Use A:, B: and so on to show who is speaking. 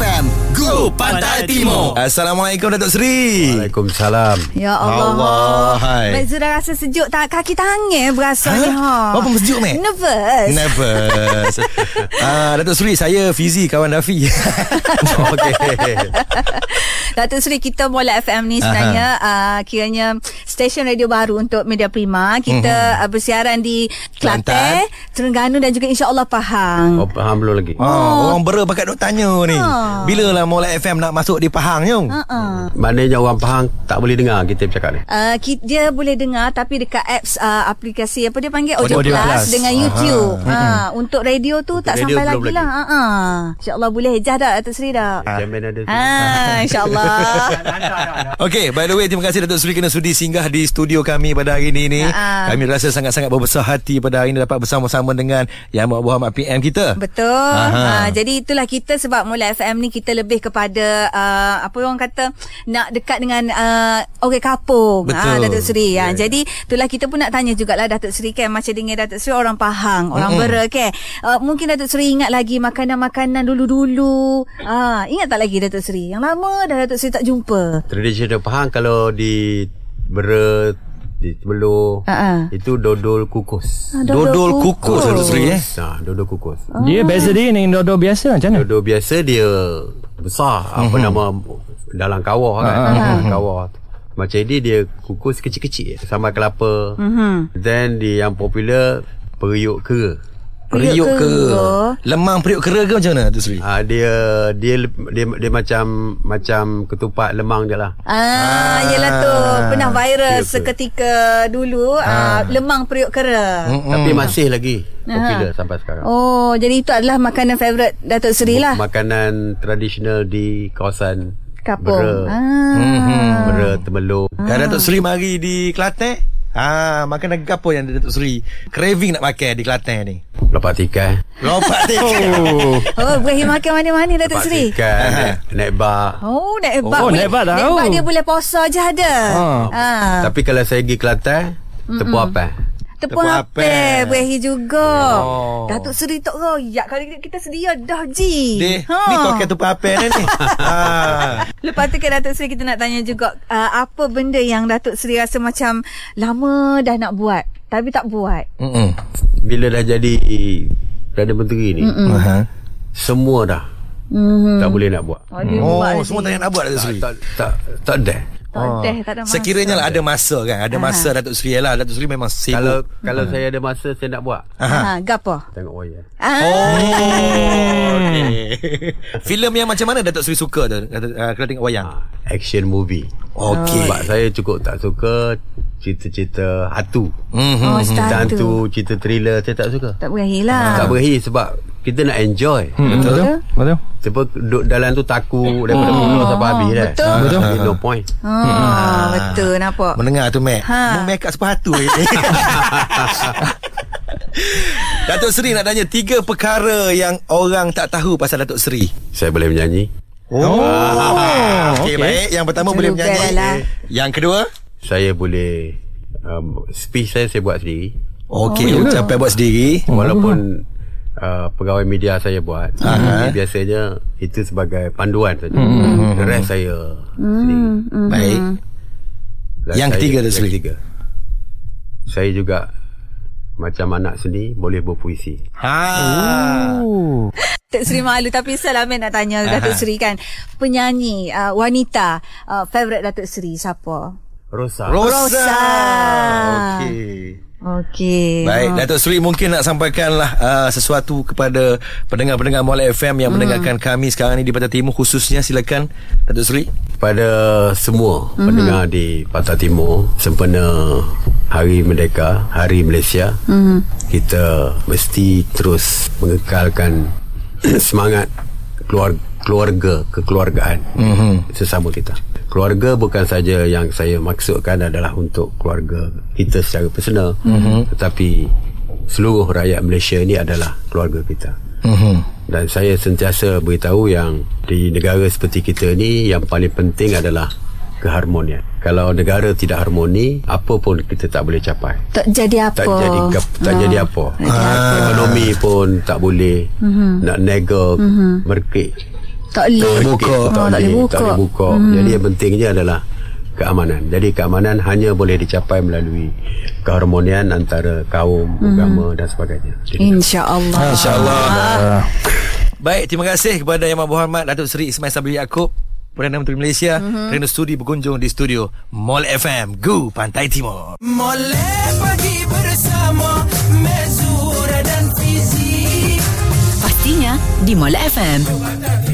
A: FM Go Oh, Ah, Pantai Timur Assalamualaikum Datuk Seri
B: Waalaikumsalam.
C: Ya Allah.
A: Allah, hai.
C: Baik sudah rasa sejuk tak kaki tangan berasa ni ha.
A: Apa sejuk meh?
C: Nervous.
A: Nervous Ah, Datuk Seri Saya Fizi Kawan Rafi Okey
C: Datuk Seri kita Mola FM ni sebenarnya uh, kiranya stesen radio baru untuk Media Prima. Kita uh, bersiaran di Kelantan, Terengganu dan juga insya-Allah Pahang.
B: Oh, faham belum lagi.
A: Ah, oh. Orang bera pakat duk tanya ni
C: Ah.
A: Bila lah Mola FM nak masuk di Pahang ni
C: Uh-uh.
B: Maknanya orang Pahang tak boleh dengar kita bercakap ni.
C: Uh, ki- dia boleh dengar tapi dekat apps uh, aplikasi apa dia panggil Audio,
A: Audio
C: Plus,
A: Plus.
C: dengan
A: Aha.
C: YouTube. Ha, untuk radio tu tak
B: radio
C: sampai
B: belum
C: lagi
B: lagi.
C: lah. Ha ah. Insya-Allah boleh hejah dah Datuk Seri dah.
B: Jamin ada. tu.
C: Ah, insyaAllah.
A: Okay by the way Terima kasih Datuk Seri Kena sudi singgah di studio kami Pada hari ini ni
C: Ah, ah.
A: Kami rasa sangat-sangat berbesar hati Pada hari ini Dapat bersama-sama dengan Yang Mak Muhammad PM kita
C: Betul.
A: Aha.
C: Ha, jadi itulah kita sebab Mula FM ni kita lebih kepada uh, apa orang kata nak dekat dengan uh, orang kampung.
A: Betul.
C: Datuk Seri. Ha, Jadi itulah kita pun nak tanya jugalah Datuk Seri kan macam dengan Datuk Seri orang Pahang, orang mm-hmm. Bera kan. Uh, mungkin Datuk Seri ingat lagi makanan-makanan dulu-dulu. Ah, ingat tak lagi Datuk Seri? Yang lama dah Datuk Seri tak jumpa.
B: Tradisi dia Pahang kalau di beret di Tebeloh
C: Ha-ha.
B: itu dodol kukus.
C: Ah,
A: Dodol kukus Datuk Seri eh
B: Ha, dodol kukus.
D: Dia beza dia dengan dodol biasa macam mana?
B: Dodol biasa dia besar apa
C: Mhm.
B: nama dalam kawah
C: Ah,
B: kan. Dalam kawah. Macam ini dia kukus kecil-kecil sambal kelapa.
C: Mhm.
B: Then di yang popular periuk kera.
A: Periuk
C: Periuk
A: ke
C: kera.
A: Lemang periuk kera ke macam mana Datuk Seri
B: Ah dia dia dia dia macam macam ketupat lemang je lah.
C: Ah, yelah tu pernah viral
B: Betul, betul.
C: seketika dulu ah. lemang periuk kera.
A: Hmm.
B: Mm. Tapi masih lagi popular sampai sekarang.
C: Hmm. Oh, jadi itu adalah makanan favourite Datuk Seri lah.
B: Makanan tradisional di kawasan
C: Kapung.
B: Bera, Hmm.
C: Ah.
B: Bera Temelung.
A: Kan Datuk Seri mari di Kelantan Ah, makan daging apa yang Datuk Seri craving nak makan di Kelantan ni?
B: Lepas tikai.
A: Lompat tiga.
C: Oh, boleh makan mana-mana Datuk
B: Lepas
C: Seri.
B: tikai. naik- Naik bak.
C: Oh, naik ebak.
D: Oh,
C: boleh-
D: naik ebak dah.
C: Naik ebak
D: Oh.
C: dia boleh poso je ada.
D: Ah.
C: Ha.
B: Tapi kalau saya pergi Kelantan, tepung apa?
C: Tepung
A: Tepung apel.
C: apel Boleh juga
A: Oh.
C: Datuk Seri tak royak Kalau kita, kita sedia dah ji Ha.
A: Deh, ni kau kata apa apa ni? ah.
C: Lepas tu kan Datuk Seri kita nak tanya juga uh, Apa benda yang Datuk Seri rasa macam Lama dah nak buat Tapi tak buat
A: Mm-mm.
B: Bila dah jadi Perdana Menteri ni,
C: Hmm.
A: Aha.
B: semua dah
C: mm.
B: tak boleh nak buat.
C: Oh, dia
A: Oh,
C: buat
A: semua tak
C: lagi.
A: nak buat Datuk Seri.
B: Tak tak tak dah.
C: Tak ada, tak ada masa.
A: Sekiranya lah ada masa kan Ada masa Datuk Seri lah Datuk Seri memang sibuk
B: Kalau kalau saya ada masa saya nak buat.
C: Ha, gapo?
B: Tengok ya. wayang.
C: Ah,
A: Oh okay. Filem yang macam mana Datuk Seri suka tu Datuk- ah, Kalau tengok wayang
B: Ah, action movie.
A: Okey.
B: Sebab saya cukup tak suka cerita-cerita hantu.
A: Mhm.
C: oh,
B: Cerita
C: style
B: hantu,
C: tu.
B: cerita thriller saya tak suka.
C: Tak berakhir lah.
B: Ah, Tak berahi sebab kita nak enjoy.
A: Hmm.
D: Betul? Betul?
B: Sebab duduk dalam tu takut daripada mula sampai habis dah.
C: betul.
D: Betul.
B: There's No point.
C: Ah, betul nampak.
A: Mendengar tu Mac
C: Ha.
A: ha. Mac kat sepatu eh. Datuk Seri nak tanya Tiga perkara yang orang tak tahu pasal Datuk Seri
B: Saya boleh menyanyi.
A: Oh, ah, okay,
D: okey.
A: baik Yang pertama
C: Itu
A: boleh
C: juga
A: menyanyi
C: lah.
A: Yang kedua
B: Saya boleh um, speech saya saya buat sendiri.
A: Okey, oh, ucapan buat sendiri
C: Mm-hmm.
B: Walaupun uh, pegawai media saya buat.
A: Aha.
B: Tapi biasanya itu sebagai panduan saja.
A: Hmm,
B: Mm-hmm. The rest saya sendiri.
A: Baik
B: Dan
A: Yang
B: saya-
A: ketiga tu, Sri.
B: Yang ketiga Saya juga Macam anak seni Boleh berpuisi
A: Ha.
C: Datuk Seri malu tapi salah Amin nak tanya Datuk Seri kan. Penyanyi uh, wanita uh, favorite Datuk Seri siapa?
B: Rosa
A: Rosa,
C: Rosa.
B: Ah.
A: Okey
C: Okey. Ah.
A: Baik, Datuk Seri mungkin nak sampaikanlah uh, sesuatu kepada pendengar-pendengar Mualat FM
C: Mm.
A: yang mendengarkan kami sekarang ni di Pantai Timur khususnya silakan Datuk Seri.
B: Pada semua mm-hmm. Pendengar di Pantai Timur Sempena Hari Merdeka Hari Malaysia mm-hmm. Kita Mesti terus Mengekalkan Semangat keluarga, keluarga Kekeluargaan mm-hmm. Sesama kita Keluarga bukan saja yang saya maksudkan adalah untuk keluarga kita secara personal mm-hmm. Tetapi seluruh rakyat Malaysia ini adalah keluarga kita dan saya sentiasa beritahu yang di negara seperti kita ni yang paling penting adalah keharmonian. Kalau negara tidak harmoni, apa pun kita tak boleh capai.
C: Tak jadi apa. Ah.
B: Tak jadi gap- tak jadi apa. Ah. Ekonomi pun tak boleh. Nak nega, merkik.
C: Tak boleh.
A: buka.
B: tak,
C: Oh, tak
B: boleh,
C: boleh buka.
B: tak boleh buka. Hmm. Jadi yang pentingnya adalah keamanan. Jadi keamanan hanya boleh dicapai melalui keharmonian antara kaum, hmm. agama dan sebagainya. Jadi,
C: InsyaAllah.
A: InsyaAllah Ah. Baik, terima kasih kepada Yang Berhormat Datuk Seri Ismail Sabri Yaakob Perdana Menteri Malaysia mm-hmm. Kerana studi berkunjung di studio Mall FM Gu Pantai Timur
E: Molek pagi bersama Mezura dan Fizi
F: Pastinya di Mall FM.